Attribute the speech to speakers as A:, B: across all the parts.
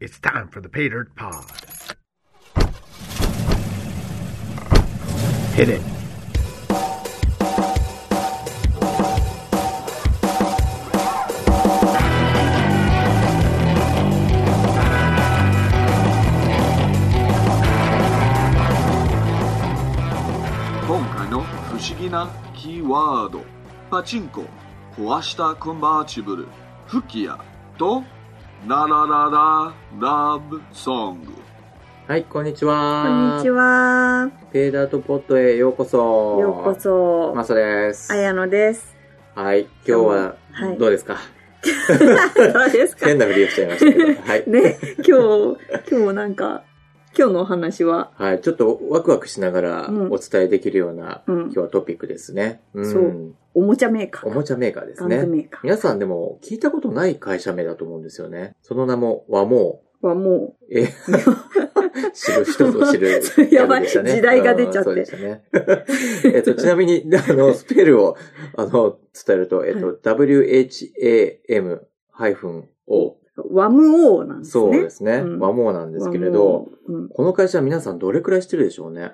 A: It's time for the Pay Dirt Pod. Hit it.
B: Podcast 今回の不思議なキーワードパチンコ壊したコンバーチブル吹き矢とラララララブソング
C: はい、こんにちは。
D: こんにち
C: は。
D: は。
C: ペーダーとポットへようこそ。
D: ようこ。そ。
C: マサです。
D: あやのです。
C: はい、今日は
D: は、い
C: どうですか、
D: どうですか
C: 変
D: ね、
C: なふりをしちゃいましたけど。はい。
D: 今日、今日なんか、今日のお話は、
C: はい、ちょっとワクワクしながら
D: うん
C: お伝えできるような、
D: うん
C: 今日はトピックですね。うん
D: そう。おもちゃメーカ
C: お
D: ー。
C: もちゃメーカーです
D: 玩具
C: ね。
D: メーカー
C: 皆さんでも聞いたことない会社名だと思うんですよね。その名も和も
D: はも
C: う、え、 知る人ぞ知る
D: それやばい
C: ギャグでしたね。
D: 時代が出ちゃって
C: うんそうでしたね。えっと、ちなみに、 あの、スペルを、あの、伝えると、えっと、
D: は
C: wham-o。
D: う、ワムオーなんです
C: そう
D: ね。
C: ですね。
D: うん
C: 和もうなんですけれ
D: 和
C: ど
D: も、う。うん
C: この会社皆さんどれくらいしてるでしょうね。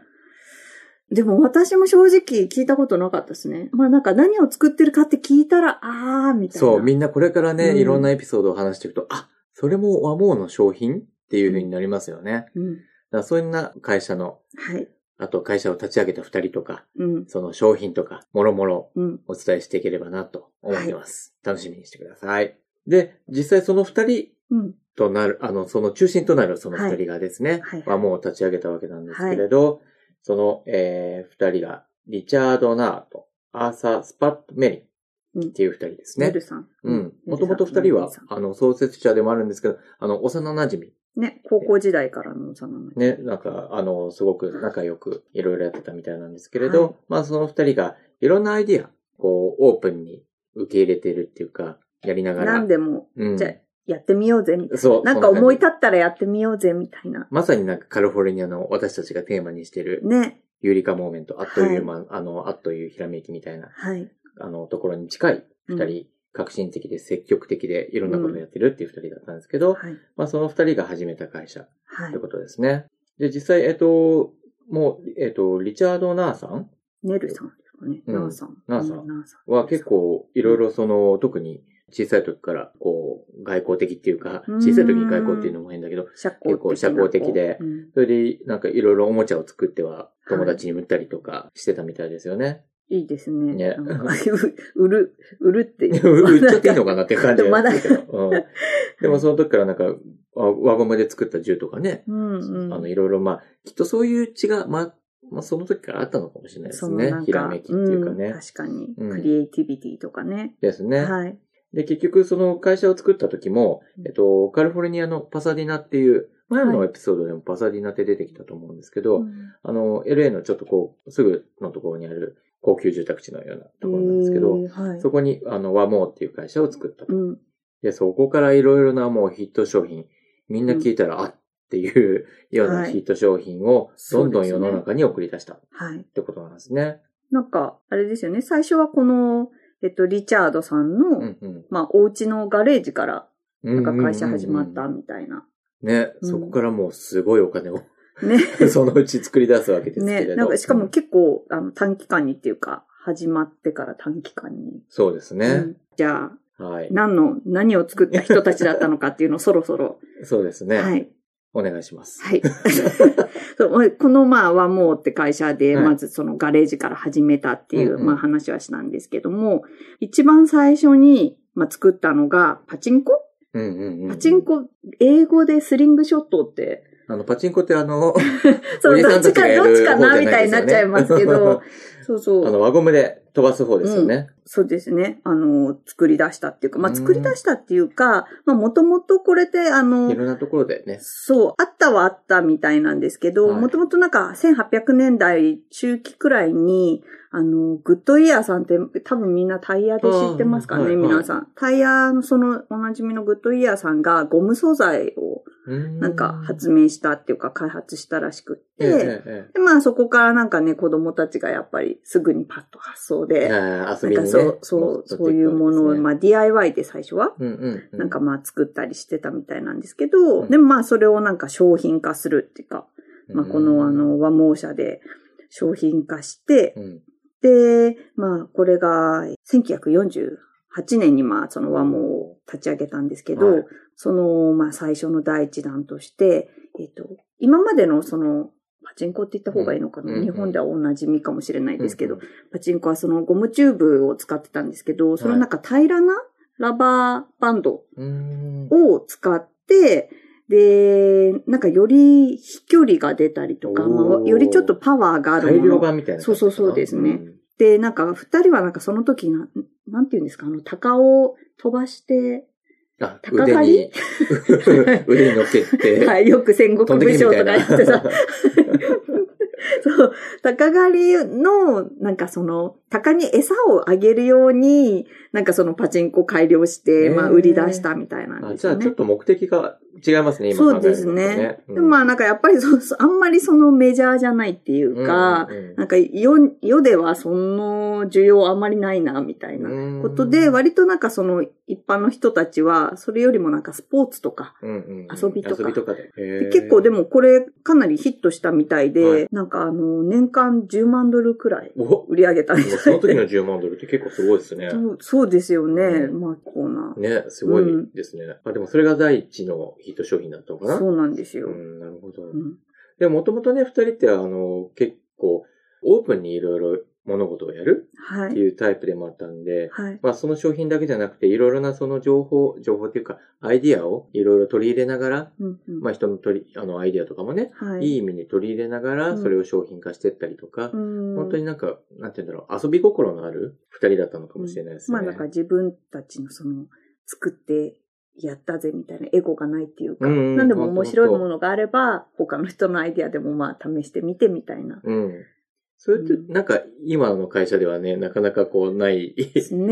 D: でも私も正直聞いたことなかったですね。まあなんか何を作ってるかって聞いたら、あーみたいな。
C: そう、みんなこれからね、
D: うん
C: いろんなエピソードを話していくと、あ、それも和もうの商品っていう風になりますよね。だか
D: うん。
C: らそういうような会社の、
D: はい。
C: あと会社を立ち上げた二人とか、
D: うん。
C: その商品とか、もろもろ
D: うん。
C: お伝えしていければなと思ってます。楽しみにしてください。で、実際その二人
D: うん。
C: となる、あの、その中心となるその二人がですね、
D: はいはい
C: はもう立ち上げたわけなんですけれど、その、えー、二人が、リチャード・ナーと、アーサー・スパット・メリンっていう二人です
D: ね
C: ね
D: る。さん。
C: うん。
D: ね
C: もと
D: るさん
C: もと二人
D: ね
C: は
D: るさん、
C: あの、創設者でもあるんですけど、あの、幼馴染み。
D: ね、高校時代からの幼なじ
C: ね、なんか、あの、すごく仲良くいろいろやってたみたいなんですけれど、
D: はい
C: まあその二人がいろんなアイディア、こう、オープンに受け入れてるっていうか、やりながら。
D: 何でも
C: うん。
D: じゃあやってみようぜ、みたい
C: そう。
D: な。なんか思い立ったらやってみようぜ、みたいな。
C: まさになんかカリフォルニアの私たちがテーマにしてる
D: ね。
C: ユーリカモーメント、あっという間、あの、あっというひらめきみたいな、
D: はい。
C: あの、ところに近い二人、
D: うん
C: 革新的で積極的でいろんなことをやってるっていう二人だったんですけど、
D: はい。
C: まあその二人が始めた会社
D: は
C: ということですね。で、実際、えっと、もう、えっと、リチャード・ナーさん
D: い。ねるさんですかね。
C: うん
D: なあさん。
C: なあさん
D: うなあさん。
C: は結構いろいろその、特に小さい時からこう、外交的っていうか、
D: うん
C: 小さい時に外交っていうのも変だけど、
D: 社交
C: 結構社交的で
D: うん
C: それでなんかいろいろおもちゃを作っては友達に売ったりとかしてたみたいですよね。
D: いいですね。
C: ね
D: なんか 売る、売るってい う。
C: 売っちゃっていいのかなっていう感じ
D: まだ
C: ですけど。うんでもその時からなんか、あ輪ゴムで作った銃とかね、
D: うんうん。
C: あのいろいろまあ、きっとそういう血が、まあ、まあその時からあったのかもしれないです
D: その
C: ね
D: なん。か
C: ひらめきっていうかね。
D: ん確かに。
C: うん
D: クリエイティビティとかね。
C: ですね。
D: はい。
C: で、結局その会社を作った時も、えっと、カリフォルニアのパサディナっていう、前のエピソードでもパサディナって出てきたと思うんですけど、
D: うん
C: あの、LA のちょっとこう、すぐのところにある高級住宅地のようなところなんですけど、
D: えーはい。
C: そこに、あの、ワモーっていう会社を作ったと。
D: うん。
C: で、そこからいろいろなもうヒット商品、みんな聞いたら、あっていうような
D: はい
C: ヒット商品を、どんどん世
D: そうで
C: の
D: すね
C: 中に送り出したっ
D: はい。
C: てことなんですね。
D: なんか、あれですよね。最初はこの、えっと、リチャードさんの、
C: うんうん
D: まあ、お家のガレージから、
C: うんう
D: なん
C: うんんう
D: か
C: ん。
D: 会社始まったみた いな。
C: ね、
D: うん
C: そこからもうすごいお金を
D: ね。
C: そのうち作り出すわけですけれ
D: ね、
C: ど。
D: なんかしかも結構あの短期間にっていうか、始まってから短期間に。
C: そうです
D: う
C: ね。
D: んじゃあ、
C: はい。
D: 何の、何を作った人たちだったのかっていうのをそろそろ。
C: そうですね。
D: はい。
C: お願いします。
D: はい。 そうこのまあ、ワモーって会社で、
C: はい
D: まずそのガレージから始めたっていう、
C: うんうん
D: まあ話はしたんですけども、一番最初に、まあ、作ったのが、パチンコ
C: うんうんうん。
D: パチンコ、英語でスリングショットって、
C: あの、パチンコってあの、
D: そ
C: おじ
D: う、
C: さ
D: ど
C: ん
D: ったち
C: ちが
D: か、
C: やる
D: どっちかな、
C: 方
D: み
C: じゃな
D: た
C: いですよね
D: いになっちゃいますけど、そうそ う。
C: あの、輪ゴムで飛ばす方ですよね。
D: そうですね。あの、作り出したっていうか、ま
C: う
D: あ、
C: ん
D: 作り出したっていうか、まあ、もともとこれで、あの
C: い、ろんなところでね。
D: そう、あったはあったみたいなんですけど、
C: はい
D: もともとなんか1800年代中期くらいに、あの、グッドイヤーさんって多分みんなタイヤで知ってますか
C: あーは
D: ね、
C: いはい
D: 皆さん。タイヤのそのおなじみのグッドイヤーさんがゴム素材をなんか発明したっていうか開発したらしくっ
C: ええ
D: て、
C: え
D: でまあそこからなんかね、子供たちがやっぱりすぐにパッと発想
C: えええ
D: で、
C: あー遊
D: なん
C: びに
D: か
C: ね。
D: そう、そう、そういうものを、まあ DIY で最初は、
C: うんうんう
D: なんか、まあ作ったりしてたみたいなんですけど、
C: うん
D: でもまあそれをなんか商品化するっていうか、まあこのあの和毛社で商品化して
C: う、ん、
D: で、まあこれが1948年にまあその和毛を立ち上げたんですけど、
C: はい
D: そのまあ最初の第一弾として、えっ、と、今までのそのパチンコって言った方がいいのかな、
C: うん
D: 日本ではおなじみかもしれないですけど、
C: うんうん
D: パチンコはそのゴムチューブを使ってたんですけど、その中平らなラバーバンド
C: うん。
D: を使って、で、なんかより飛距離が出たりとか、まあ
C: おー
D: よりちょっとパワーがある
C: 改
D: も
C: 良
D: の。
C: 版みたいな。
D: そうそうそうですねで、なんか二人はなんかその時な、なんて言うんですか、あの、鷹を飛ばして、
C: うん。あ、
D: 高
C: 腕
D: 刈り
C: に、 腕に乗っけ て、
D: はい、よく戦国
C: 飛んで
D: 武
C: け
D: 将
C: み
D: と
C: たい
D: か
C: な。
D: 言ってさ、 そう、鷹狩りの、なんかその、鷹に餌をあげるように、なんかそのパチンコ改良して、
C: へー
D: まあ売り出したみたいなん
C: あ
D: で
C: じ
D: す
C: ゃあ
D: よ
C: ちょっ
D: ね。
C: と目的が違いますね、今
D: そう
C: 考える
D: で
C: と
D: すね。
C: うん
D: でもまあなんかやっぱりそうそうあんまりそのメジャーじゃないっていうか、
C: うんうん
D: なんか世、世ではその需要あんまりないな、みたいな
C: うん
D: ことで、割となんかその一般の人たちは、それよりもなんかスポーツとか、
C: うんうん
D: 遊びとか
C: 遊びとかで。
D: で
C: へー
D: 結構で、もこれかなりヒットしたみたいで、
C: はい
D: なんかあの、年間10万ドルくらい
C: おも
D: 売り上げたみ
C: うそ
D: た
C: の
D: い
C: 時
D: で。
C: の10万ドルって結構すごいですね。
D: そうそうですよね。
C: うん
D: まあ、こうな。
C: ね、すごいですね。あでもそれが第一のヒット商品だったのかな
D: そうなんですよ。
C: うん、なるほど。
D: うん
C: でもともとね、二人ってあの、結構、オープンにいろいろ物事をやる
D: は
C: って
D: い。
C: いうタイプでもあったんで、
D: はい。
C: まあその商品だけじゃなくて、いろいろなその情報、情報っていうか、アイディアをいろいろ取り入れながら、
D: うんうん
C: まあ人の取り、あのアイディアとかもね、
D: はい。
C: いい意味に取り入れなが
D: う
C: ら、
D: ん
C: それを商品化していったりとか、
D: うん
C: 本当になんか、なんて言うんだろう、遊び心のある二人だったのかもしれないですね。
D: まあ、なんか自分たちのその、作ってやったぜみたいなエゴがないっていうか、
C: うんうん
D: 何でも
C: 本当
D: 面白いものがあれば、他の人のアイディアでもまあ試してみてみたいな。
C: うん。それって
D: う、ん
C: なんか、今の会社ではね、なかなかこう、ない。
D: ですね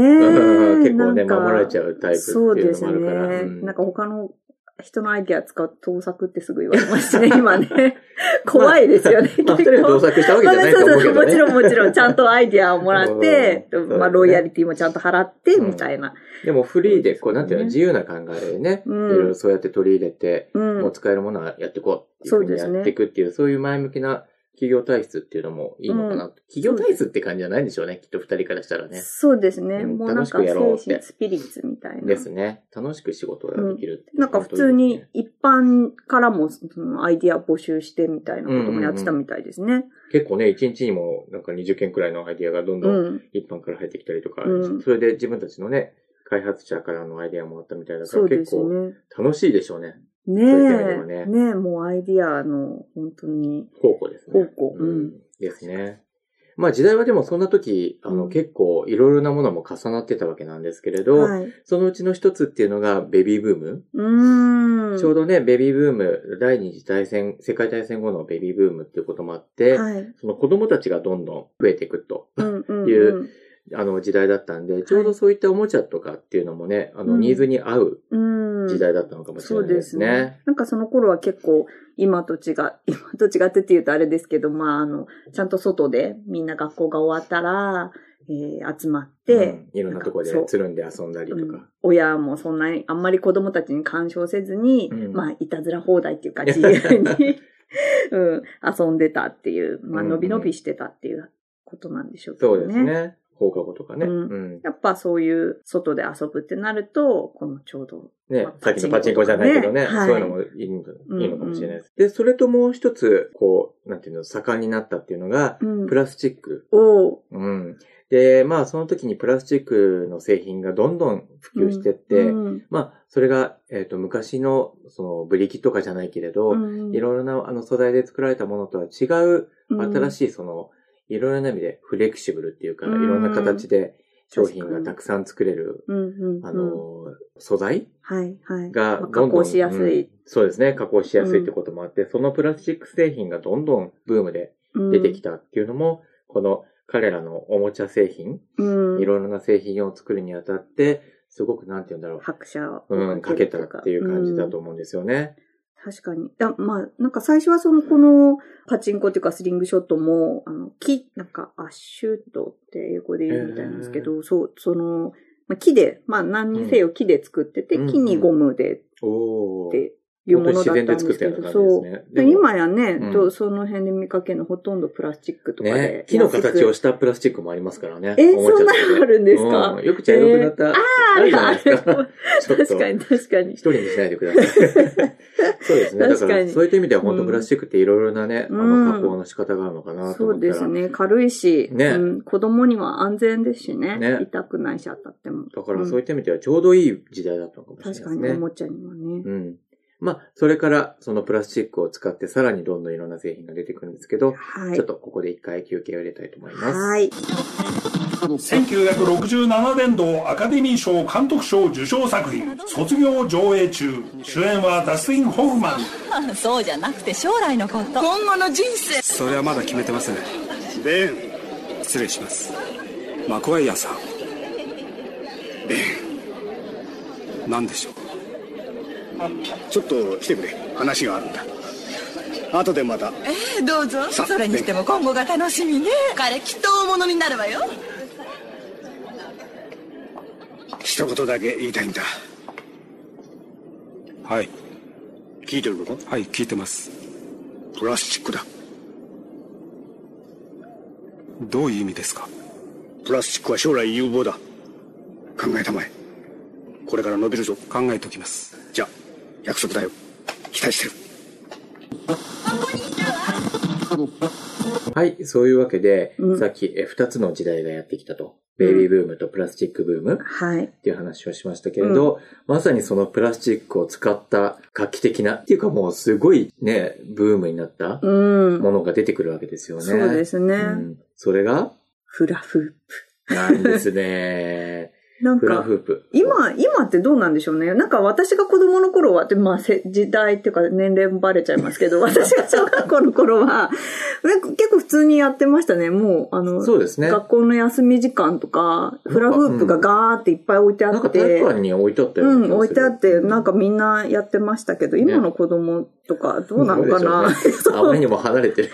C: 結構ね、
D: なんか
C: 守られちゃうタイプって
D: そう
C: い
D: で
C: うの
D: す
C: もあ
D: ね
C: るから。うん
D: なんか他の人のアイディア使う盗作ってすぐ言われま すね、今ね。怖いですよね、
C: まあ、二人は同
D: 結構
C: 作したわけ
D: ま
C: じ
D: あ
C: ゃない
D: そ
C: と
D: う
C: 思う
D: そ
C: け
D: う、
C: ど
D: も
C: ね。
D: ちろんもちろん、ちゃんとアイディアをもらって、
C: うん
D: まあ、ロイヤリティもちゃんと払って、みたいな。
C: でもフリーで、こう、なんていうの、
D: そうです
C: 自由な考えでね、い
D: うん
C: ろいろそうやって取り入れて、
D: う。
C: もうん使えるものはやっていこうっていうふうに
D: そ
C: や
D: うですね
C: っていくっていう、そういう前向きな企業体質っていうのもいいのかな。企業体質って感じじゃないんでしょうね、きっと二人からしたらね。
D: そうですね。
C: うん
D: もうな
C: 楽
D: んか
C: しくやろうっ
D: 精
C: て
D: 神スピリッツみたいな。
C: ですね。楽しく仕事ができるっていう
D: なんか普通
C: 本当いい
D: に
C: ですね
D: 一般からもそのアイディア募集してみたいなこともやってたみたいですね。
C: 結構ね、一日にもなんか20件くらいのアイデアがどん
D: う
C: どん
D: ん。
C: 一般から入ってきたりとか、
D: うん
C: それで自分たちのね、開発者からのアイデアもあったみたいだか
D: そ
C: ら
D: うで
C: 結
D: す
C: 構
D: ね。
C: 楽しいでしょうね。
D: ね
C: そういう意味でも
D: え。
C: ね
D: ねえ、もうアイディアの本当に。
C: 方向ですね。
D: 宝庫
C: う
D: うんん。
C: ですね。まあ時代はでもそんな時、あの、
D: うん
C: 結構いろいろなものも重なってたわけなんですけれど、
D: はい。う
C: そのうちの一つっていうのがベビーブーム。
D: ーん。
C: ちょうどね、ベビーブーム、第二次大戦、世界大戦後のベビーブームっていうこともあって、
D: はい。
C: その子供たちがどんどん増えていくと、
D: うんうん、うん。
C: いうあの時代だったんで、ちょうどそういったおもちゃとかっていうのもね、あの、
D: うん
C: ニーズに合う
D: うん。
C: 時代だったのかもしれ
D: そ
C: な
D: う
C: い
D: で
C: です
D: す
C: ね
D: ね。。なんかその頃は結構今と違、 今と違ってって言うとあれですけど、まああの、ちゃんと外でみんな学校が終わったら、えー集まって、
C: うんいろんなとこで
D: なんかそう
C: つるんで遊んだりと
D: うん
C: か。
D: 親もそんなに、あんまり子供たちに干渉せずに、
C: うん
D: まあ、いたずら放題っていうか、自 由に、うん、遊んでたっていう、まあ、
C: うん
D: 伸び伸びしてたっていうことなんでしょうけ
C: そ
D: ど
C: う
D: ね。
C: ですね。放課後とかね。う
D: うん
C: ん。
D: やっぱそういう外で遊ぶってなると、このちょうど、
C: ね
D: まあ、
C: さっきのパチンコじゃないけどね、
D: パチンコとか
C: そうい
D: ねはい
C: うのもいいのか
D: うん
C: いいのかもしれないです。で、それともう一つ、こう、なんていうの、盛んになったっていうのが、
D: うん
C: プラスチック。
D: を、
C: うん。で、まあ、その時にプラスチックの製品がどんどん普及してって、
D: うん
C: まあ、それが、えっ、と、昔の、その、ブリキとかじゃないけれど、
D: うん
C: いろいろな、あの、素材で作られたものとは違う、新しい、その、いろいろな意味でフレキシブルっていうか、い
D: うん
C: ろんな形で商品がたくさん作れる、
D: うんうんうん
C: あの、素材
D: はいはい。
C: が
D: ま
C: どんど
D: あ
C: ん、
D: 加工しやす
C: うん
D: い。
C: そうですね、加工しやすいってこともあって、そのプラスチック製品がどんどんブームで出てき
D: た。
C: たっていうのも、この彼らのおもちゃ製品、
D: うん。
C: いろいろな製品を作るにあたって、すごくなんて言うんだろう、
D: 拍車を
C: うん、かけたっていう感じだと思うんですよね。
D: 確かに。いや、まあ、なんか最初はその、この、パチンコっていうかスリングショットも、あの、木、なんか、アッシュートって英語で言うみたいなんですけど、そう、その、まあ、木で、まあ、何にせよ木で作ってて、
C: うん
D: 木にゴムでっ
C: おお。
D: ていうものだったん
C: 本当に自然で作った
D: ですけ
C: よう
D: ど、
C: な
D: そ
C: 感
D: う
C: じ。ですね。
D: で
C: も
D: 今やね、
C: うん
D: とその辺で見かけるのほとんどプラスチックとかで。
C: ね、木の形をしたプラスチックもありますからね。お
D: え
C: もちゃとか
D: そんなのあるんですか
C: うんよく茶色くなった。あるじゃないですか。 ちょっと
D: 確かに確かに
C: 一。人にしないでく ださい。そうですね。だ
D: 確
C: か、
D: からに
C: そういった意味では本当プラスチックっていろいろなね、
D: うん
C: あの、加工の仕方があるのかなと
D: そ
C: 思
D: う
C: った
D: で
C: ら。
D: すね。軽いし、
C: ね
D: うん、子供には安全ですしね。
C: ね
D: 痛くないし当たっても。
C: だからそうい
D: ん
C: った意味ではちょうどいい時代だったのかもしれない
D: 確
C: です
D: かにお
C: ね。
D: もちゃにはね。
C: うん。まあ、それからそのプラスチックを使ってさらにどんどんいろんな製品が出てくるんですけど、
D: はい。
C: ちょっとここで一回休憩を入れたいと思います。
D: はい。
E: 1967年度アカデミー賞監督賞受賞作品卒業上映中主演はダスティン・ホフマン
F: そうじゃなくて将来のこと
G: 今後の人生
H: それはまだ決めてません
E: ベン
H: 失礼しますマコエイヤさんベン何でしょう
I: ちょっと来てくれ話があるんだ後でまた
G: えどうぞそれにしても今後が楽しみね彼きっと大物になるわよ
I: 一言だけ言いたいんだ
H: はい
I: 聞いてること
H: はい聞いてます
I: プラスチックだ
H: どういう意味ですか
I: プラスチックは将来有望だ考えたまえこれから伸びるぞ
H: 考えておきます
I: じゃあ約束だよ期待してる
C: はい、そういうわけで、
D: うん
C: さっきえ2つの時代がやってきたと。ベイビーブームとプラスチックブームっ
D: はい。
C: ていう話をしましたけれど、まさにそのプラスチックを使った画期的な、っていうかもうすごいね、ブームになった
D: うん。
C: ものが出てくるわけですよね。
D: そうですね。
C: うん。それが、
D: フラフープ。
C: なんですね。
D: なん
C: フラ
D: か、
C: フープ。
D: 今、今ってどうなんでしょうね。なんか私が子供の頃は、でまあ、せ時代っていうか年齢もバレちゃいますけ ど、私が小学校の頃は、なんか結構普通にやってましたね。もう、あの、
C: そうですね。
D: 学校の休み時間とか、フラフープがガーっていっぱい置いてあ
C: なんか
D: っ
C: 体
D: て、
C: 育館に置いてあったよ
D: う
C: ね。
D: ん、置いてあって、なんかみんなやってましたけど、今の子供とかどうなのかな。
C: そうでしょうねあまりにも離れて る。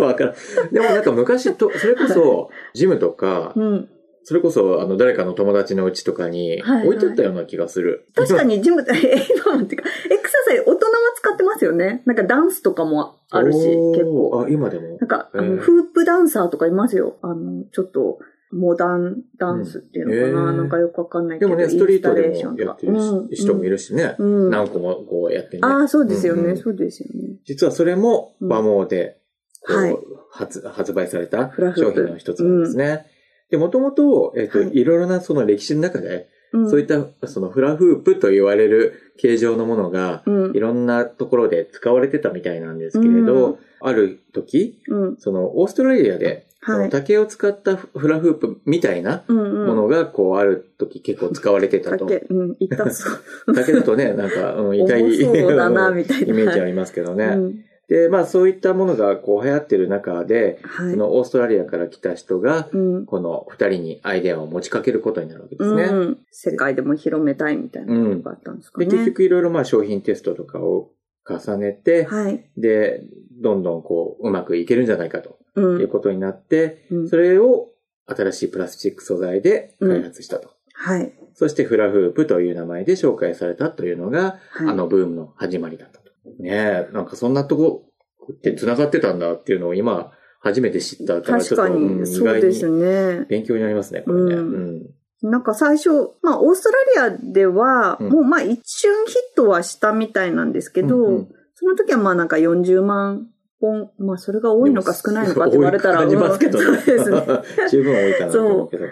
C: わからん。でもなんか昔と、それこそ、ジムとか、
D: うん。
C: それこそ、あの、誰かの友達のうちとかに
D: はいはい
C: 置いてあったような気がする。
D: 確かにジム、え、 今もっていうか、エクササイズ、大人は使ってますよね。なんかダンスとかもあるし、
C: おー
D: 結構。
C: あ、今でも
D: なんか、あ
C: へ
D: の、
C: ー
D: フープダンサーとかいますよ。あの、ちょっと、モダンダンスっていうのかな。
C: うんへー
D: なんかよくわかんないけ
C: で
D: ど。
C: もね、ストリートでもやってるし
D: うん
C: 人もいるしね。
D: うん。
C: 何個もこうやってね。
D: ああ、そうですよね、
C: うんうん
D: そうですよね。
C: 実はそれも、
D: うん
C: バモーで、こう
D: はい
C: 発発売された
D: フラフー
C: 商
D: プ
C: 品の一つなんですね。で、もともと、えっと、
D: はい
C: いろいろなその歴史の中で、
D: うん、
C: そういった、そのフラフープと言われる形状のものが、
D: うん
C: いろんなところで使われてたみたいなんですけれど、
D: うん
C: ある時、
D: うん。
C: そのオーストラリアで、そ
D: は
C: の
D: い。
C: 竹を使ったフフラフープみたいな
D: うんうん。
C: ものが、こう、ある時結構使われてた
D: だ
C: と。
D: け、うん、いたそう。
C: 竹だとね、 なんか、うん、痛い、
D: 重そうだな、みたいな。
C: イメージありますけどね。
D: うん
C: で、まあそういったものがこう流行ってる中で、
D: はい。
C: そのオーストラリアから来た人が、
D: うん。
C: この二人にアイデアを持ちかけることになるわけで
D: う
C: す
D: ん
C: ね。
D: うん。世界でも広めたいみたいなことがあったんですか
C: で、
D: ね。
C: 結局いろいろまあ商品テストとかを重ねて、
D: はい。
C: で、どんどんこう、うまくいけるんじゃないかと
D: う。
C: いうんことになって、
D: うん
C: それを新しいプラスチック素材で開発したと。
D: はい。
C: そしてフラフープという名前で紹介されたというのが、
D: はい
C: あのブームの始まりだったと。ねえ、なんかそんなとこって繋がってたんだっていうのを今初めて知ったからちょ
D: 確
C: っと
D: か
C: うん
D: に、
C: 意
D: そう
C: 外
D: です
C: に
D: ね。
C: 勉強になりますね、これね。う
D: うん
C: ん。
D: なんか最初、まあ、オーストラリアでは、
C: うん
D: もうまあ、一瞬ヒットはしたみたいなんですけど、
C: うんうん
D: その時はまあ、なんか40万本、まあ、それが多いのか少ないのかって言われたら、
C: 多い感じますけどね
D: うんそうですね。
C: 十分多いかなと思うけど。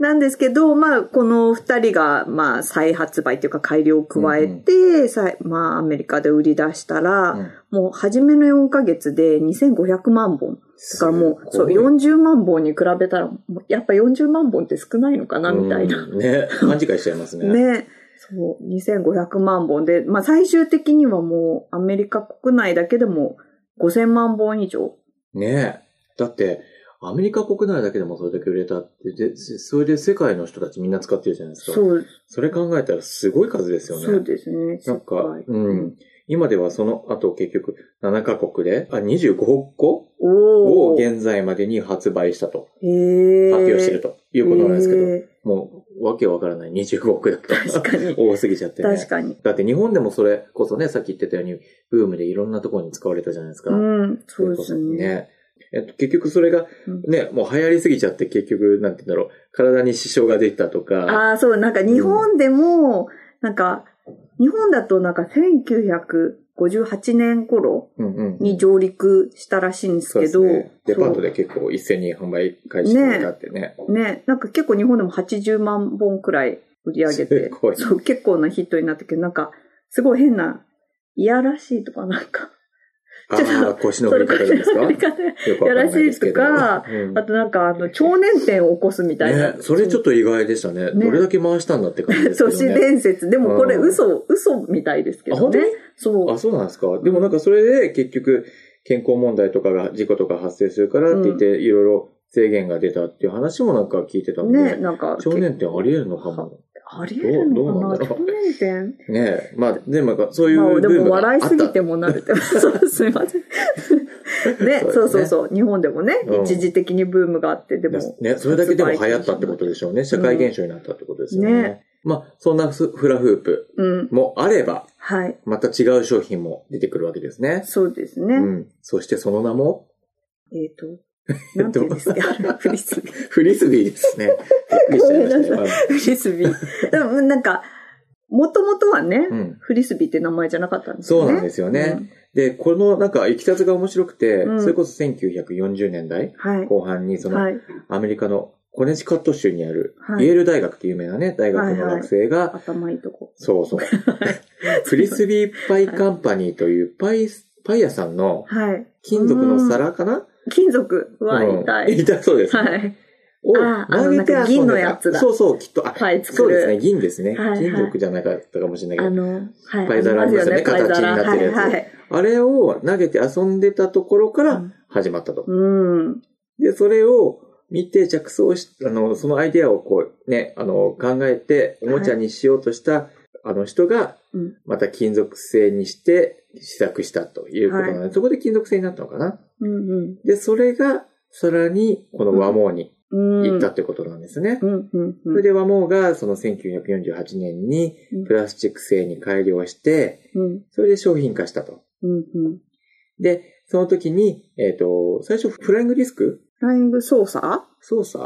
D: なんですけど、まあ、この二人が、まあ、再発売というか改良を加えて、再まあ、アメリカで売り出したら、
C: うん
D: もう、初めの4ヶ月で2500万本。だからもう、そう、40万本に比べたら、もうやっぱ40万本って少ないのかな、みたいな。
C: うんね、勘違いしちゃいますね。
D: ね。そう、2500万本で、まあ最終的にはもうアメリカ国内だけでも5000万本以上。
C: ねえ。だって、アメリカ国内だけでもそれだけ売れたって、で、それで世界の人たちみんな使ってるじゃないですか。
D: そう、
C: それ考えたらすごい数ですよね。
D: そうですね。
C: なんか
D: 世界、
C: うん。今ではその後結局7カ国で、あ、25個
D: お
C: を
D: お。へ
C: 現在までに発売したと、
D: え。
C: 発表してる
D: と
C: ということなんですけど、
D: え
C: もうわけわからない25億だった。
D: 確かに
C: 多すぎちゃってね。
D: 確かに。
C: だって日本でもそれこそね、さっき言ってたように、ブームでいろんなところに使われたじゃないですか。
D: うん、そうで
C: こ
D: す
C: そ
D: ね。
C: えっと、結局それが
D: うん、
C: ね、もう流行りすぎちゃって、結局、なんて言うんだろう、体に支障ができたとか、
D: ああ、そう、なんか日本でも、なんか、日本だとなんか1958年頃
C: うんうん。
D: に上陸したらしいんです
C: そう
D: け
C: です
D: ど、
C: ね。デパートで
D: そ
C: 結構一斉に販売開始があってね。
D: うね、なんか結構日本でも80万本くらい売り上げ
C: す
D: て
C: ご、い
D: そう結構なヒットになったけど、なんか、すごい変な、いやらしいとかなんか、
C: あ
D: ちょっと
C: あ、腰の振り方ですか
D: それ
C: よ
D: からね
C: くわかんないですけど。
D: やらしいとか
C: うん
D: あとなんか、あの、超年点を起こすみたいな。
C: ね、それちょっと意外でしたね。どれだけ回したんだって感じです
D: 都
C: け
D: 市
C: どね。
D: 伝説。でもこれ
C: うん
D: 嘘、嘘みたいですけ
C: あ
D: ど
C: 本当
D: ね
C: に。
D: そう
C: あ、。そうなんですか。でもなんかそれで結局、健康問題とかが、事故とか発生するからって言って、いろいろ制限が出たっていう話もなんか聞いてたんで、
D: ね、なんか。
C: 少年点ありえるのかも。
D: ありえるのかな
C: どうどう
D: 少
C: なんだ
D: 年点
C: ねえ。まあ、でもなん かそういう
D: まあ、
C: ブ
D: で
C: ーム
D: も
C: があ
D: 笑
C: っ
D: い
C: た。
D: すぎても慣れてます。 そうすい ません。ね、
C: そうですね
D: そうそうそう。日本でもね、
C: うん
D: 一時的にブームがあって、でも。
C: ね、それだけでも流行ったってことでしょうね。社会現象になったってことですよね。
D: ね
C: まあ、そんなフフラフープ
D: うん。
C: もあれば、
D: はい。
C: また違う商品も出てくるわけですね。
D: そうですね。
C: うん。そしてその名も、
D: えっ、と、なんていうんですか、 あれはフリスビー。
C: フリスビーです ね。びっくりしちゃいましたよ。
D: フリスビー。でも、なんか、もともとはね、
C: うん。
D: フリスビーって名前じゃなかったんですよ
C: そ
D: ね。
C: うなんですすよね。。で、このなんか、いきさつが面白くて、
D: うん
C: それこそ1940年代
D: はい。
C: 後半に、その、
D: はい。
C: アメリカのコネチカット州にある、
D: はい
C: イェール大学っていう有名なね、大学の学生が、
D: 頭いいとこ。
C: そうそう。フリスビーパイカンパニーというパイ、パイ屋さんの
D: はい。
C: 金属の皿かな
D: 金属は
C: うん
D: 痛い。
C: 痛そうですね。
D: はい。
C: を
D: あー
C: 投げて
D: あのなんか
C: 遊んでた
D: 銀のやつだ
C: そうそう、きっと。あ、
D: はい作る
C: そうですね、銀ですね。
D: はいはい
C: 金属じゃなかったかもしれない
D: あ
C: けど。
D: の、はい。
C: パイ皿ありますよね
D: パイ皿
C: 形になってるやつ
D: はいはい。
C: あれを投げて遊んでたところか
D: う
C: ら
D: ん
C: 始まったと。
D: うん。
C: で、それを見て着想し、あの、そのアイデアをこうね、あの、考えておもちゃにしようとした、あの人が
D: うん、
C: また金属製にして試作したということなので、そこで金属製になったのかな。
D: うん
C: で、それが、さらに、この和毛に
D: うん。
C: 行ったってことなんですね。
D: うんうんう
C: そ
D: ん。
C: れで和毛が、その1948年に
D: うん、
C: プラスチック製に改良して、
D: うん
C: それで商品化したと。
D: うんうん。
C: で、その時に、えっ、と、最初、フライングリスク
D: フライング操作
C: 操作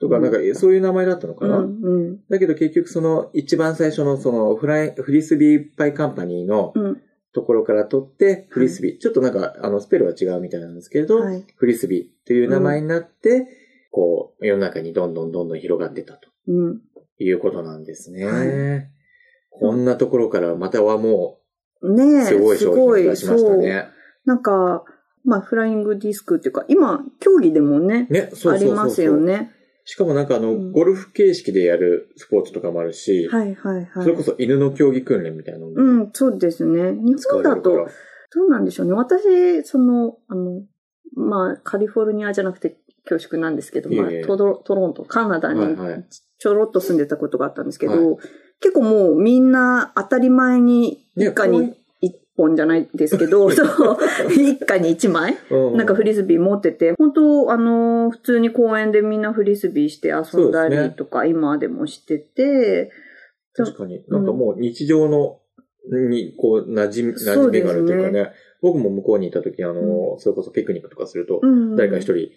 C: とか、
D: うん
C: なんか、そういう名前だったのか
D: う
C: な、
D: んうん。
C: だけど結局その一番最初のそのフライ、フリスビーパイカンパニーの
D: うん。
C: ところから取って、フリスビー、ちょっとなんかあのスペルは違うみたいなんですけれど、
D: はい
C: フリスビーという名前になって、こう世の中にどんどんどんどん広がってったと
D: うん。
C: いうことなんですね。
D: は
C: こんなところからまたはも
D: ね
C: う
D: え、
C: すごい商品出しました
D: そう
C: ね。
D: なんか、まあ、フライングディスクっていうか、今、競技でもね、
C: ね、そうそうそうそう
D: ありますよ。ね。
C: しかもなんかあの、
D: うん
C: ゴルフ形式でやるスポーツとかもあるし、
D: はいはいはい。
C: それこそ犬の競技訓練みたいなの
D: う
C: も
D: ん、そうですね。日
C: 使わ
D: 本
C: れ
D: だ
C: るか
D: と
C: ら、、
D: どうなんでしょうね。私、その、あの、まあ、カリフォルニアじゃなくて恐縮なんですけど、まあ
C: いえいえ、
D: トロトロント、カナダに
C: はいはい
D: ちょろっと住んでたことがあったんですけど、
C: は
D: 結構もうみんな当たり前に
C: ね
D: 一家
C: こうい
D: に
C: う
D: 一本じゃないです けど、そう、一家に一枚、
C: う
D: なんかフリスビー持ってて、本当あの、普通に公園でみんなフリスビーして遊んだ
C: そうです
D: り
C: ね
D: とか、今でもしてて、
C: 確かに。なんかもう日常の、に、こう、馴染み、馴染みがあるというか
D: そうで
C: ね。僕も向こうにいた時、あの、それこそピクニックとかすると、
D: うん
C: 誰か一人、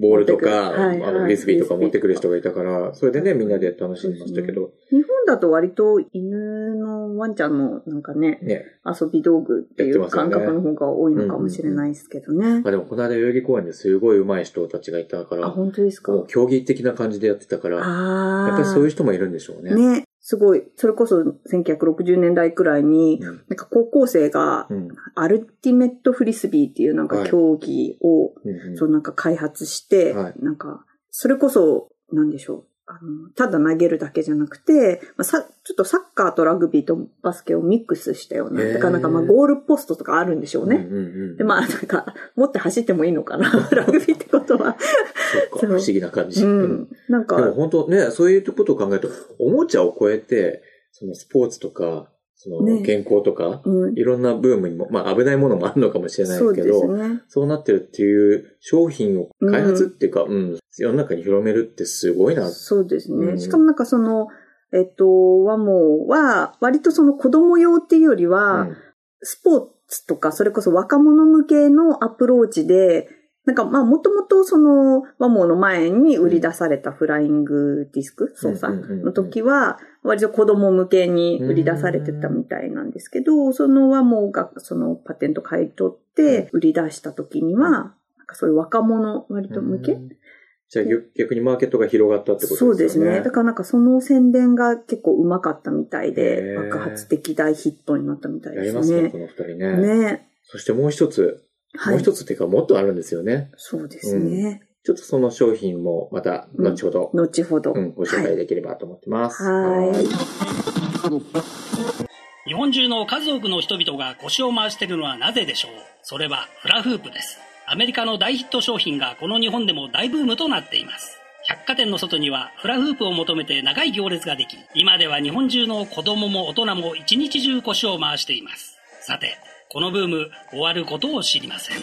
C: ボールとか、
D: 持ってくるはい
C: あの、
D: はい
C: フリスビーとか持ってくる人がいたから、それでね、みんなで楽しみましたけど、
D: 日本だと割と犬のワンちゃんのなんかね、
C: ね。
D: 遊び道具って
C: や
D: いう
C: ってますよ
D: 感
C: ね
D: 覚の方が多いのかもしれないですけどね
C: ま。あでも、この間代々木公園ですごい上手い人たちがいたから、
D: あ、
C: も
D: 本当ですか。
C: う競技的な感じでやってたから、
D: ああ。
C: やっぱりそういう人もいるんでしょうね。
D: ね。すごい。それこそ1960年代くらいに、
C: うん
D: なんか高校生が
C: うん。
D: アルティメットフリスビーっていうなん
C: は
D: か
C: い
D: 競技を、
C: うんうん
D: そうなんか開発して、
C: はい
D: なんか、それこそ、なんでしょう。あの、ただ投げるだけじゃなくて、まあ、さ、ちょっとサッカーとラグビーとバスケをミックスしたような、
C: へー
D: だからなんかまあゴールポストとかあるんでしょうね。
C: うんうんうん
D: で、まあ、なんか、持って走ってもいいのかな ラグビーってこ とは。
C: そっか、不
D: そう
C: 思議な感じ。
D: うん。なん
C: でも
D: か、
C: 本当ね、そういうことを考えると、おもちゃを超えて、そのスポーツとか、その、
D: ね
C: 健康とか、
D: うん
C: いろんなブームにも、まあ危ないものもあるのかもしれない
D: そう
C: け
D: で
C: ど、
D: す
C: そう,、
D: ね。
C: なってるっていう商品を開発っていうか、うん、世の中に広めるってすごいな。
D: そうですね。
C: うん
D: しかもなんかその、えっと、和モは、割とその子供用っていうよりは、
C: うん
D: スポーツとか、それこそ若者向けのアプローチで、なんかまあもともとその和モの前に売り出されたフライングディスク操作
C: うんうんうんうん
D: の時は、割と子供向けに売り出されてたみたいなんですけど、その和モがそのパテント買い取って売り出した時には、なんかそういう若者割と向け、
C: うんじゃあ逆逆にマーケットが広がったってことですよね。
D: そうですね。だからなんかその宣伝が結構うまかったみたい
C: へ
D: で、
C: ー
D: 爆発的大ヒットになったみたい
C: や
D: で
C: り
D: す
C: ますね、
D: ね
C: こ。の二人
D: ね
C: ね。そしてもう一つ、
D: はい。
C: もう一つっていうかもっとあるんですよね。
D: そうですね。
C: ちょっとその商品もまた後ほど、
D: 後ほど。
C: うんご紹介できればと思ってます。
D: はい。はい。
J: 日本中の数多くの人々が腰を回しているのはなぜでしょうそれはフラフープですアメリカの大ヒット商品がこの日本でも大ブームとなっています百貨店の外にはフラフープを求めて長い行列ができ今では日本中の子供も大人も一日中腰を回していますさてこのブーム終わることを知りません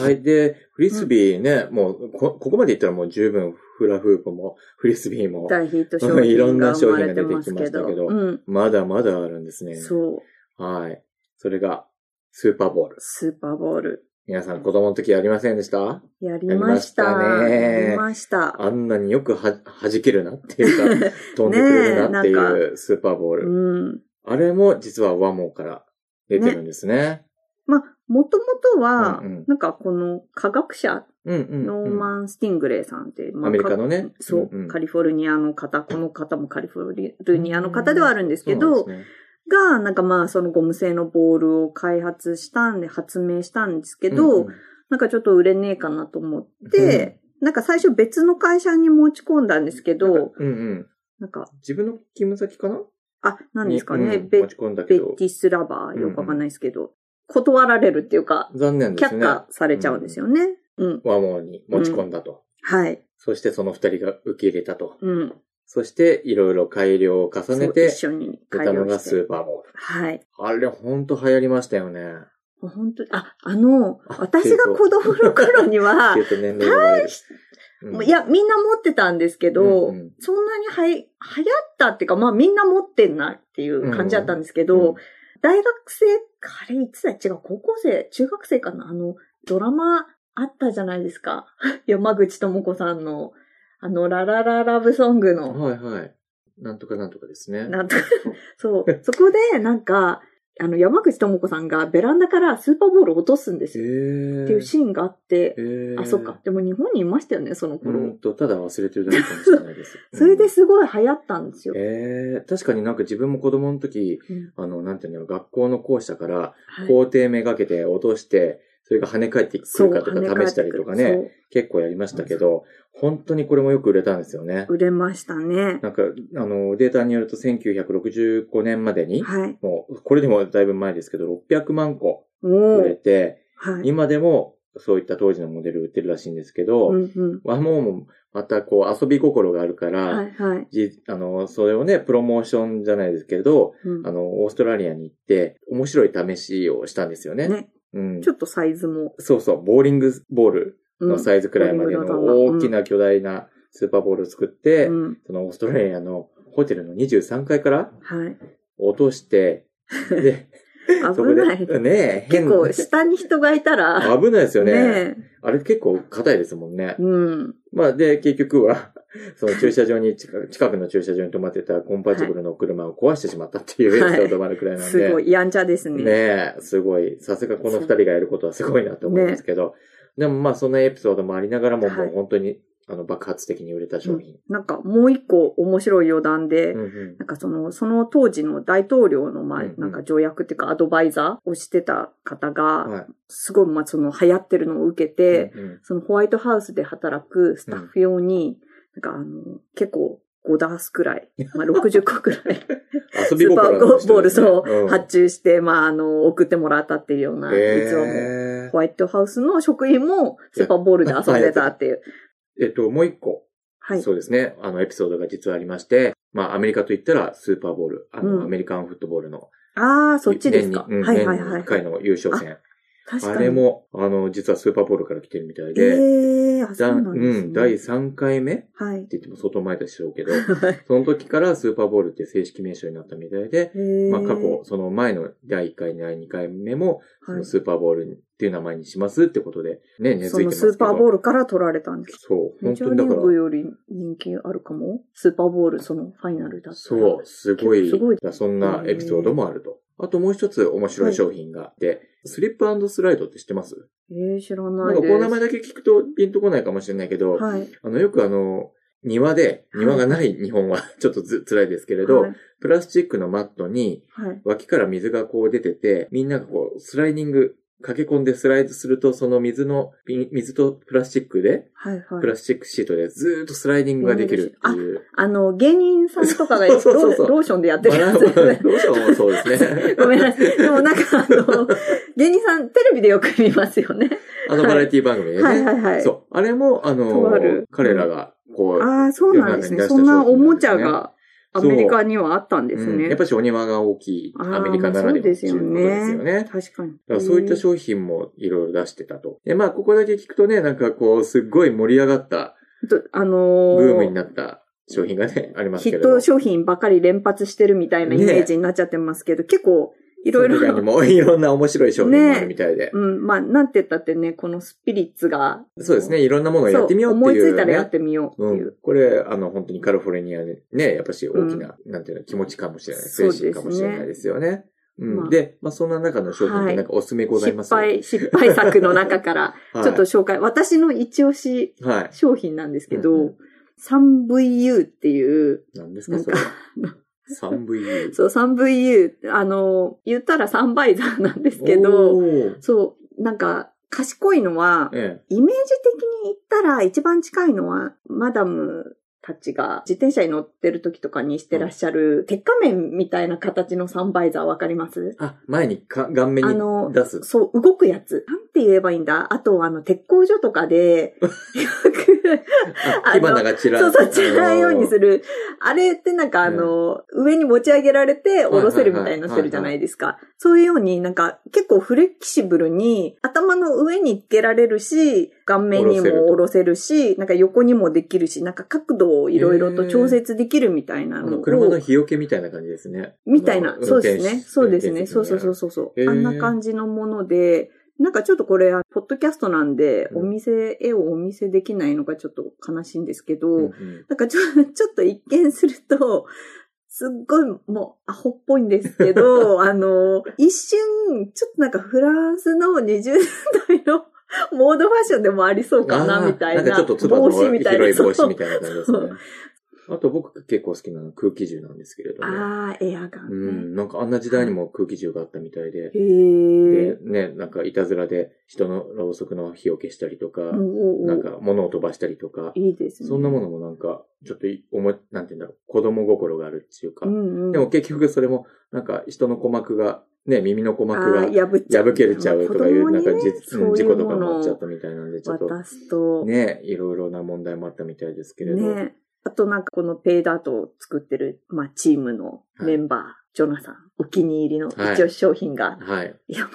C: はい。で、フリスビーね、もうこ、ここまでいったらもう十分フラフープもフリスビーも、
D: 大ヒット商品が
C: いろんな
D: 生
C: 商
D: ま
C: 品
D: れ
C: が出
D: て
C: て
D: ま
C: き
D: す
C: ま
D: け
C: した
D: ど。
C: けど、
D: うん。
C: まだまだあるんですね。
D: そう。
C: はい。それが、スーパーボール。
D: スーパーボール。
C: 皆さん子供の時やりませんでした
D: やりました。や
C: や
D: り
C: り
D: ま
C: ま
D: した。
C: あんなによくは、弾けるなって いうか、飛んでくれるなって
D: ねえ
C: いうスーパーボール。
D: うん。
C: あれも実はワモから出てるんですね。
D: まあ、もともとは
C: うんうん、
D: なんかこの科学者
C: うんうん、うん。
D: ノーマン・スティングレイさんって、まあ
C: アメリカのね
D: かそう、
C: うんうん
D: カリフォルニアの方、この方もカリフォルニアの方ではあるんですけ
C: そ
D: ど、
C: うなんですね
D: が、なんかまあ、そのゴム製のボールを開発したんで、発明したんですけど、
C: うんうん
D: なんかちょっと売れねえかなと思って、なんか最初別の会社に持ち込んだんですけど、
C: うんうん。
D: なんか、
C: 自分の勤務先かな
D: あ、なんですかね、
C: にうん
D: ベ
C: 持ち込んだけ
D: ベ
C: ど
D: テ。ィスラバー、よくわかんないですけど、断られるっていうか、
C: 残念です
D: 却
C: ね。
D: 下されちゃうんですよね。うん。
C: ワモに持ち込んだと。
D: はい。
C: そしてその二人が受け入れたと。
D: うん。
C: そしていろいろ改良を重ねて、
D: そう一緒に
C: 出
D: 改
C: たの
D: 良
C: が
D: し
C: スー
D: て。
C: パーボール。
D: はい。
C: あれほんと流行りましたよね。
D: 本当に、あ、あの、
C: あ
D: 私が子供の頃には
C: ってい、うと年齢がバレる。うん
D: い、や、みんな持ってたんですけど、
C: うんうん
D: そんなにはや、流行ったっていうか、まあみんな持ってんなっていう感じだったんですけど、
C: うんうん
D: 大学生、あれ、いつだ違う、高校生、中学生かなあの、ドラマあったじゃないですか。 山口智子さんの、あの、ララララブソングの、
C: はいはい。なんとかなんとかですね。
D: なんとか、そう、そこでなんか、あの、山口智子さんがベランダからスーパーボールを落とすんです
C: へ
D: よ。
C: ー
D: っていうシーンがあって、
C: へー
D: あ、そっか。でも日本にいましたよね、その頃。
C: うんと、ただ忘れてるだけかもしれない です。
D: それですごい流行ったんですよ。
C: ええ確かになんか自分も子供の時、
D: うん
C: あの、なんていうの、学校の校舎から、
D: はい
C: 校庭めがけて落として、それが跳ね返ってくるかと
D: 跳ね返
C: か
D: っ
C: 試したりとか
D: て
C: ね、
D: くる
C: 結構やりましたけど、本当にこれもよく売れたんですよね
D: そう。売れましたね。
C: なんか、あの、データによると1965年までに、
D: はい。
C: もう、これでもだいぶ前ですけど、600万個
D: も
C: 売れ
D: う、
C: て、
D: はい。
C: 今でもそういった当時のモデル売ってるらしいんですけど、
D: うんうん。
C: ワモーもまたこう遊び心があるから、
D: はいはい。
C: じあの、それをね、プロモーションじゃないですけど、
D: うん
C: あの、オーストラリアに行って、面白い試しをしたんですよね。
D: ね
C: うん
D: ち。ょっとサイズも。
C: そうそう、ボーリングボール
D: うん
C: のサイズくらいまで
D: ボーリン
C: の
D: グの球
C: 大きな巨大なスーパーボールを作って、
D: うん。
C: そのオーストラリアのホテルの23階から
D: はい。
C: 落と して、で、そこ
D: 危 ない。
C: で、ねえ、変
D: 結構、下に人がいたら、
C: 危ないですよね。
D: ね
C: あれ結構硬いですもんね。
D: うん。
C: まあ、で、結局 は、その駐車場に近く、近くの駐車場に止まってたコンパチブルの車を壊してしまったっていうエ
D: はい
C: ピソードもあるくらいなんで。
D: すごい、やんちゃですね。
C: ねえ、すごい。さすがこの二人がやることはすごいなと思うんですけど。でもまあ、そんなエピソードもありながらも、
D: はい
C: もう本当に、あの、爆発的に売れた商品。
D: なんか、もう一個面白い余談で、
C: うんうん
D: なんかその、その当時の大統領の、まあ
C: うんうん
D: なんか条約っていうかアドバイザーをしてた方が、
C: はい
D: すごい、まあその流行ってるのを受けて、
C: うんうん
D: そのホワイトハウスで働くスタッフ用に、なんかあの、結構5ダースくら い、まあ、60個くらい、
C: 遊
D: ス
C: び
D: ーパ
C: 心
D: ー
C: の
D: ゴ
C: 人ですね
D: ボールそううん発注して、まあ、あの、送ってもらったっていうような、実はもう、
C: え
D: ホワイトハウスの職員もスーパーボールで遊んでたっていう。
C: ーえっと、もう一個、
D: はい。
C: そうですね、あの、エピソードが実はありまして、まあ、アメリカといったらスーパーボール、あの、
D: うん
C: アメリカンフットボールの、
D: ああ、そっちですか。
C: 年にうん
D: はいはいは
C: 年に
D: い
C: 一。回の優勝戦。
D: 確か
C: あ
D: に。
C: れも、あの、実はスーパーボールから来てるみたい
D: え
C: で、
D: えあ、そうなんです、ね
C: ん、第3回目って
D: はい。
C: 言っても相当前でしょうけど、 その時からスーパーボールって正式名称になったみたいで、まあ過去、その前の第1回、第2回目も、そ
D: は
C: の
D: い
C: スーパーボールっていう名前にしますってことで、ね、根
D: そ
C: 付いて
D: の
C: ますけ
D: ス
C: ど。
D: ーパーボー
C: ル。
D: ルから取られたんです。
C: そう、
D: メ
C: 本
D: ジ
C: 当
D: ャー
C: に
D: リ
C: だか
D: ーグ
C: ら、
D: より人気あるかもスーパーボール、そのファイナルだったら
C: そう、すごい、
D: すごい
C: そんなエピソードもあると。あともう一つ面白い商品があって、スリップスライドって知ってます
D: ええ知ら
C: な
D: なんい
C: か
D: で
C: こ
D: す。
C: の名前だけ聞くとピンとこないかもしれないけど、
D: はい。
C: あの、よくあの、庭で、
D: はい
C: 庭がない日本は ちょっとず辛いですけれど、
D: はい
C: プラスチックのマットに
D: はい。
C: 脇から水がこう出てて、みんながこうスライディング、駆け込んでスライドすると、その水の、ピン水とプラスチックで、
D: はいはい。
C: プラスチックシートでずーっとスライディングができるっていう。
D: あの、芸人さんとかが
C: そ
D: ロ
C: うそうそうそう
D: ーローションでやって
C: バ
D: る
C: ラ
D: や
C: ン
D: つ
C: ス
D: ですね。
C: どうしようも そうですね
D: 。ごめんなさい。でもなんかあの、芸人さんテレビでよく見ますよね。
C: あのバラエティ番組でね。
D: はいはいはい。
C: そう。あれも、あの
D: とある、
C: 彼らが、こう、
D: ああ、そうなんですね。
C: 世
D: そ
C: の中に出した商
D: ん
C: 品
D: なおもちゃ
C: ですね
D: がアメリカにはあったんです
C: う
D: ね。
C: んやっぱりお庭が大きい
D: あー
C: アメリカならではっていうことですよね。
D: 確かに。
C: だからそういった商品もいろいろ出してたと。で、まあ、ここだけ聞くとね、なんかこう、すっごい盛り上がった、
D: とあ
C: ブ
D: のー
C: ームになった商品がね、ありますけ
D: ヒ
C: れ
D: ッ
C: ど。
D: ト商品ばかり連発してるみたいなイメージになっちゃってますけど、結構いろい
C: その他に
D: ろ、
C: もいろんな面白い商品もあるみたいで。
D: うん、まあ、なんて言ったってね、このスピリッツが、
C: そうですね、いろんなものを
D: そう
C: やってみようっていう、ね。
D: 思いついたらやってみようっていうう。
C: ん、これ、あの、本当にカリフォルニアでね、やっぱし大きな、なんていうの、気持ちかもしれない。
D: そう
C: 精
D: です
C: 神
D: ね
C: かもしれないですよね。うん。
D: まあ
C: で、まあ、そんな中の商品っ
D: は
C: て
D: い
C: なんかおすすめございま
D: 失
C: す、
D: 敗、失敗 作の中から、
C: はい
D: ちょっと紹介、私の一押し
C: はい。
D: 商品なんですけど、
C: うんうん
D: 3VU っていう、
C: 何です
D: な
C: か、
D: ん
C: そ
D: か
C: れ。、3VU。
D: そう、3VU、あの、言ったら3倍ーなんですけ
C: お
D: ど、
C: ー
D: そう、なんか、賢いのは、
C: え
D: イメージ的に言ったら一番近いのは、マダムたちが自転車に乗ってる時とかにしてらっしゃる、鉄仮面みたいな形のサンバイザーわかります
C: え。あ、前にか顔面に
D: あの
C: 出す。
D: そう、動くやつ。なんて言えばいいんだあと、あの、鉄工所と かで、 よく、
C: あ
D: あの
C: 火花が散ら
D: そうそう、散らないようにす
C: る。
D: る。あれってなんかあの、上に持ち上げられて下ろせるみたいなのするじゃないですか。そういうようになんか結構フレキシブルに頭の上につけられるし、顔面にも下ろせるし、なんか横にもできるし、なんか角度をいろいろと調節できるみたい
C: あ
D: なの
C: の
D: を、
C: 車の日よけみたいな感じですね。
D: みたいな
C: あ、の
D: そうですね。そうです
C: 運
D: ね。
C: 転手
D: そうそうそう
C: 運
D: そうそう、
C: へー
D: あんな感じのもので、なんかちょっとこれ、あポッドキャストなんで、
C: う
D: お
C: ん
D: 店、絵をお見せできないのがちょっと悲しいんですけど、
C: 転手うんうん
D: なんかちょちょっと一見すると、すっごいもうアホっぽいんですけ ど、あの、一瞬、ちょっとなんかフランスの20代のモードファッションでもありそうか
C: あ
D: な、
C: ー
D: みたいな。
C: んかちょっとつばの
D: 帽子みたいな。
C: 広い帽子み
D: い
C: たいな感じですね。あと僕結構好きなのは空気銃なんですけれども。
D: ああ、エアガン
C: う
D: ね。
C: ん、なんかあんな時代にも空気銃があったみたいで。
D: へ
C: で
D: え。、
C: ね、なんかいたずらで人のろうそくの火を消したりとか、
D: おうおう
C: なんか物を飛ばしたりとか、
D: いいですね。
C: そんなものもなんか、ちょっとい、思い、なんて言うんだろう、子供心があるっていうか
D: う、んうん。
C: でも結局それも、なんか人の鼓膜が、ね、耳の鼓
D: あ
C: 膜が
D: ー、破っちゃう。
C: 破けれちゃうとかいう、
D: 子供
C: なん
D: に
C: か
D: ね
C: じ、
D: そういう
C: 事故とか
D: もの
C: も
D: を
C: あっちゃったみたいなんで、ちょっと、
D: 渡すと。
C: ね、いろいろな問題もあったみたいですけれど、
D: ねあとなんかこのペイダートを作ってる、まあ、チームのメンバー、ジョナさん、お気に入りの一
C: はい
D: 押し商品が、
C: はい。
D: い、や、もう、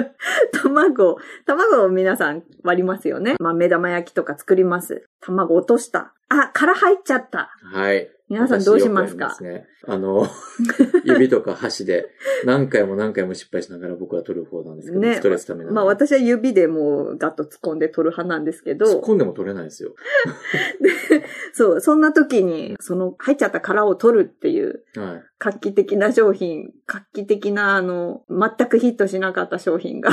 D: 卵、卵を皆さん割りますよね。まあ、目玉焼きとか作ります。卵落とした。あ、殻入っちゃった。
C: はい。
D: 皆さんどうしますか
C: 私よくやりますね、あの、 指とか箸で何回も何回も失敗しながら僕は取る方なんですけど、
D: ね
C: ストレスためなので
D: まあ、私は指でもうガッと突っ込んで取る派なんですけ
C: 突っ
D: ど、
C: 込んでも取れないですよ。
D: そう、そんな時に、その入っちゃった殻を取るっていう
C: はい。
D: 画期的な商品、画期的な、あの、全くヒットしなかった商品が。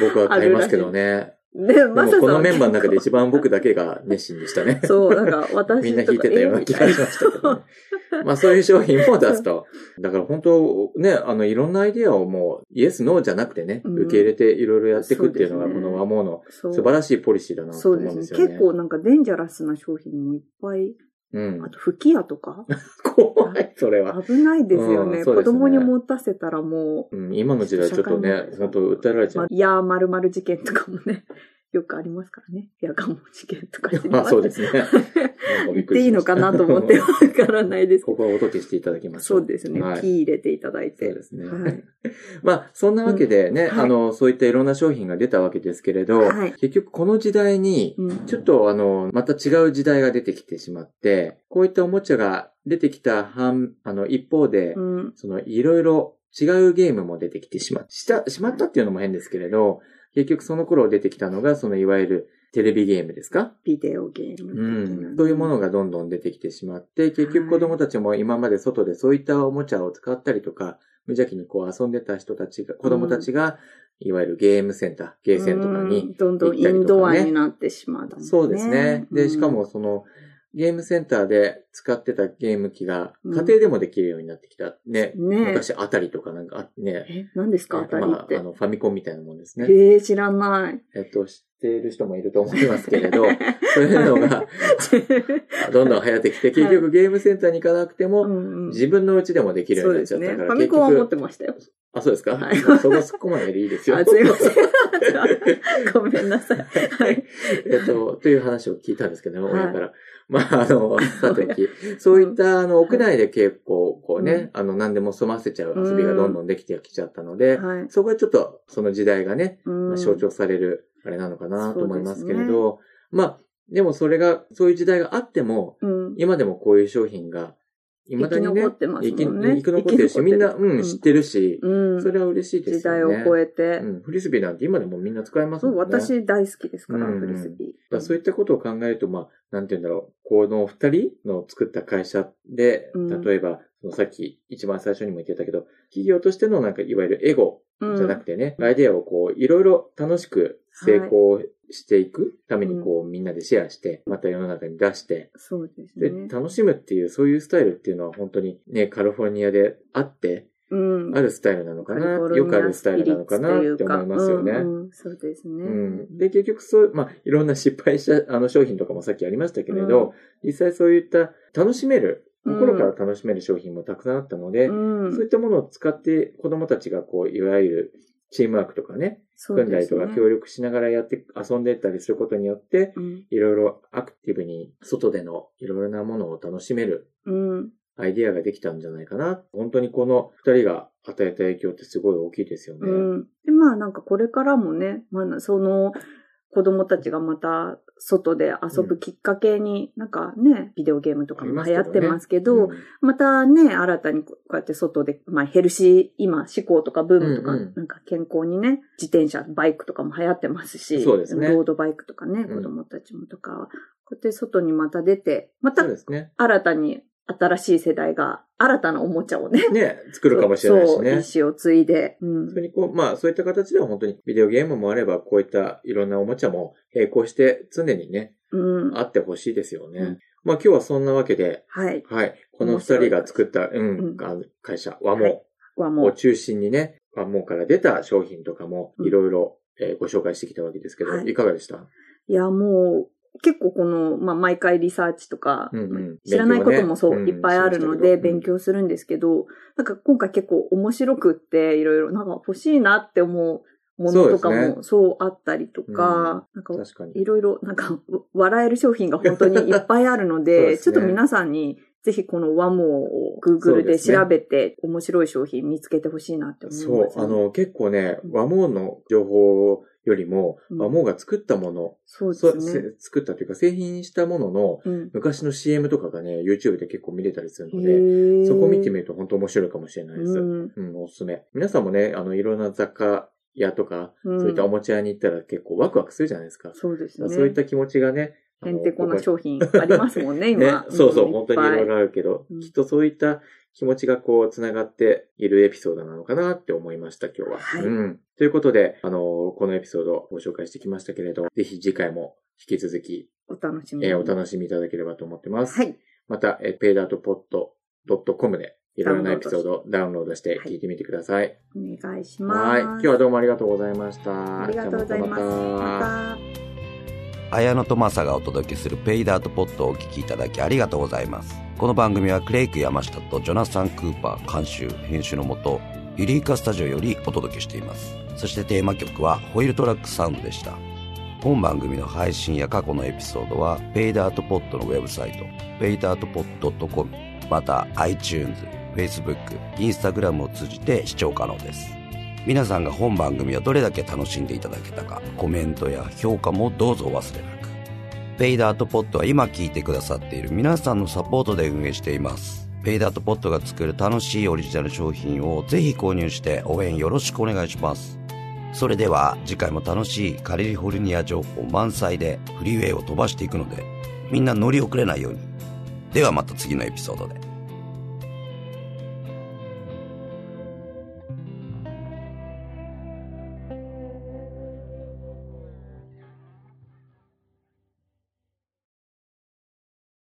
C: 僕は買いますけどね。
D: で、
C: で
D: ま
C: も
D: ささんは
C: このメンバーの中で一番僕だ
D: け。
C: けが熱心でしたね。
D: そう、なんか私
C: みんな弾いてたような気がしましたけど、ね
D: ね。。
C: まあそういう商品も出すと。だから本当、ね、あの、いろんなアイディアをもう、イエス、ノーじゃなくてね、
D: うん
C: 受け入れていろいろやっていくっていうのが、
D: そ
C: こ
D: うですね
C: の和モの
D: そう
C: 素晴らしいポリシーだなと
D: そ
C: 思う
D: うんです
C: で
D: ね
C: すよね。
D: 結構なんかデンジャラスな商品もいっぱい
C: うん
D: あ。と、吹き矢とか
C: 怖い、それは。
D: 危ないですよ
C: う
D: ね。
C: んそう
D: 子
C: ですね
D: 供に持たせたらも
C: うん、今の時代ちょっとね、本当訴えられち
D: う、
C: ゃ
D: ま
C: う。
D: いやーまるまる事件とかもね、 よくありますからね。やがも事件とか知り
C: ま
D: ま
C: あ
D: す
C: そうですね。なんかび
D: 言っ
C: くり
D: ていい
C: しま
D: の
C: し
D: か
C: た
D: なと思ってわからないで す。
C: ここはお届けしていただきましょう。
D: そうですね。
C: はい
D: キー入れていただいて。
C: そうですね
D: はい。
C: まあ、そんなわけでね、
D: うんはい
C: あの、そういったいろんな商品が出たわけですけれど、
D: はい
C: 結局この時代に、
D: うん
C: ちょっとあの、また違う時代が出てきてしまって、こういったおもちゃが出てきた反、あの、一方で、
D: うん。
C: その、いろいろ違うゲームも出てきてしまっした、しまったっていうのも変ですけれど、結局その頃出てきたのが、その、いわゆるテレビゲームですか
D: ビデオゲーム的な。
C: うん、そういうものがどんどん出てきてしまって、結局子供たちも今まで外でそういったおもちゃを使ったりとか、無邪気にこう遊んでた人たちが、子供たちが、いわゆるゲームセンター、ゲーセンとか
D: う
C: に、
D: んどんどんインドアになってしまう、
C: そうですね。
D: う
C: で、
D: ん
C: しかもその、ゲームセンターで使ってたゲーム機が
D: う
C: 家
D: ん
C: 庭でもできるようになってきた。ね。
D: ね
C: 昔あたりとかなんかあね。
D: え、何ですか当たり
C: まあ、
D: って。
C: あの、ファミコンみたいなもんですね。
D: えー、知らない。
C: えっと、知っている人もいると思いますけれど、そういうの が、 どんどん流行ってきて、結局ゲームセンターに行かなくて
D: う
C: も、
D: んうん
C: 自分の家でもできるよ
D: そう
C: に
D: う
C: なっ
D: で
C: ちゃ
D: す
C: った
D: ね。
C: か
D: フ
C: ら。
D: ァミコンは
C: 結
D: 持
C: 局
D: ってましたよ。
C: あ、そうですか、
D: はい
C: そこそこまででいいですよ。
D: あすいま せ ん。ごめんなさい。はい。
C: えっと、という話を聞いたんですけどね、
D: はい
C: 親から。まあ、あの、さておき、そういった、あの、屋内で結構、こうね、
D: うん
C: あの、何でも済ませちゃう遊びがどんどんできてきちゃったので、
D: はい。
C: そこはちょっと、その時代がね、ま
D: う
C: あ
D: ん
C: 象徴される、あれなのかなと思いますけれ
D: そ
C: ど、まあ、でもそれが、そういう時代があっても、
D: うん。
C: 今でもこういう商品が、未だにね、
D: 生き残ってますもん
C: 生き
D: ね
C: 生き残ってるし、
D: 生き
C: みん
D: 残
C: な、
D: ってる
C: う、
D: うんん
C: 知ってるし、
D: うん。
C: それは嬉しいで
D: 時
C: すよね。
D: 代を超えて。
C: うん、フリスビーなんて今でもみんな使えます
D: そ
C: もん
D: う、
C: ね。
D: 私大好きですから、
C: うんうん
D: フリスビ
C: だからそう
D: ー。
C: いったことを考えると、まあ、なんて言うんだろう。この二人の作った会社で
D: うん、
C: 例えば、そのさっき一番最初にも言ってたけど、企業としてのなんかいわゆるエゴ
D: うん
C: じゃなくてね、アイデアをこう、いろいろ楽しく成功していくためにこう、みんなでシェアして、また世の中に出して、
D: そうです
C: で、
D: ね。
C: 楽しむっていう、そういうスタイルっていうのは本当にね、カリフォルニアであって、
D: うん
C: あ。るスタイルなのかな、
D: カリフォルニア
C: よくあるスタイルなのかな
D: スピリッ
C: っ
D: ツ
C: て
D: というか
C: 思いますよね。
D: うんうんそうですね。
C: うん。で、結局そう、まあ、いろんな失敗した、あの、商品とかもさっきありましたけれど、実際そういった楽しめる、
D: うん
C: 心から楽しめる商品もたくさんあったので、
D: うん
C: そういったものを使って子供たちがこう、いわゆるチームワークとかね、
D: そ
C: 組
D: うん
C: だ
D: で
C: り
D: す
C: と
D: ね
C: か協力しながらやって、遊んでったりすることによって、
D: うん
C: いろいろアクティブに外でのいろいろなものを楽しめる
D: うん。
C: アイデアができたんじゃないかな。本当にこの二人が与えた影響ってすごい大きいですよね。
D: うん。で、まあなんかこれからもね、まあその子供たちがまた外で遊ぶきっかけに、なんかね、ビデオゲームとかも流行ってますけど、
C: う
D: ま
C: ん
D: たね、新たにこうやって外で、まあヘルシー、今思考とかブームとか、
C: うんうん
D: なんか健康にね、自転車、バイクとかも流行ってますし、
C: そうですね
D: ロードバイクとかね、
C: うん
D: 子供たちもとか、こうやって外にまた出て、また
C: そうですね。
D: 新たに新しい世代が新たなおもちゃをね、
C: ね、作るかもしれないしね。
D: そう、意思を継いで、うん
C: 本当にこう、まあそういった形では本当にビデオゲームもあれば、こういったいろんなおもちゃも並行して常にね、
D: うん。
C: あってほしいですよね。
D: うん
C: まあ今日はそんなわけで、
D: はい。
C: はい、この二人が作った、うん、あの会社、和
D: は
C: モ
D: はも
C: を
D: う。
C: 中心にね、和モから出た商品とかも
D: うん
C: いろいろえーご紹介してきたわけですけど、
D: はい
C: いかがでした
D: いや、もう、結構この、まあ、毎回リサーチとか、
C: うんうん
D: 知らないこともそう、
C: 勉強ね
D: いっぱいあるの
C: う
D: で、
C: ん
D: 勉強するんですけど、なんか今回結構面白くって、いろいろ、なんか欲しいなって思うものとか
C: そうです
D: も、そうあったりとか、なんか、
C: 確かに。
D: いろいろ、なんか、う笑える商品が本 当にいっぱいあるの
C: そう
D: で、
C: です
D: ちょ
C: ね
D: っと皆さんに、ぜひこのワモを Google で調べて、面白い商品見つけてほしいなって思います、
C: そう、あ、の、結構ね
D: う、ん
C: 和モの情報よりも、
D: うん
C: 和モが作ったもの、
D: そう
C: そ
D: で
C: う
D: すね。
C: せ作ったというか製品したものの、
D: うん
C: 昔の CM とかがね、YouTube で結構見れたりするので、
D: へー
C: そこ見てみると本当面白いかもしれないです。うん、
D: うん
C: おすすめ。皆さんもね、あの、いろんな雑貨屋とか、
D: うん
C: そういったおもちゃ屋に行ったら結構ワクワクするじゃないですか。
D: そうですね。
C: そういった気持ちがね、あ
D: へ
C: の
D: んてこな
C: こ
D: 商品あります もんね、
C: こね
D: 今。、
C: そうそう、
D: ん
C: 本当にいろいろあるけど、
D: うん
C: きっとそういった気持ちがこう、つながっているエピソードなのかなって思いました、今日は。
D: はい
C: うん。ということで、あのこのエピソードをご紹介してきましたけれど、ぜひ次回も引き続き
D: お楽しみに。
C: えーお楽しみいただければと思ってます。
D: はい。
C: また、えー、ペイダートポット .com でいろいろなエピソードをダウンロードして
D: はい
C: 聞いてみてください。
D: お願いします。
C: はい。今日はどうもありがとうございました。
D: ありがとうございます。
C: じゃあまた
D: また。
K: 綾野とマサがお届けするペイダートポットをお聞きいただきありがとうございます。この番組はクレイク山下とジョナサン・クーパー監修、編集のもと、ユリーカスタジオよりお届けしています。そしてテーマ曲はホイールトラックサウンドでした。本番組の配信や過去のエピソードは、ペイダートポットのウェブサイト、ペイダートポット .com、また iTunes、Facebook、Instagram を通じて視聴可能です。皆さんが本番組をどれだけ楽しんでいただけたか、コメントや評価もどうぞお忘れなく。ペイダートポットは今聞いてくださっている皆さんのサポートで運営しています。ペイダートポットが作る楽しいオリジナル商品をぜひ購入して応援よろしくお願いします。それでは次回も楽しいカリフォルニア情報満載でフリーウェイを飛ばしていくので、みんな乗り遅れないように。ではまた次のエピソードで。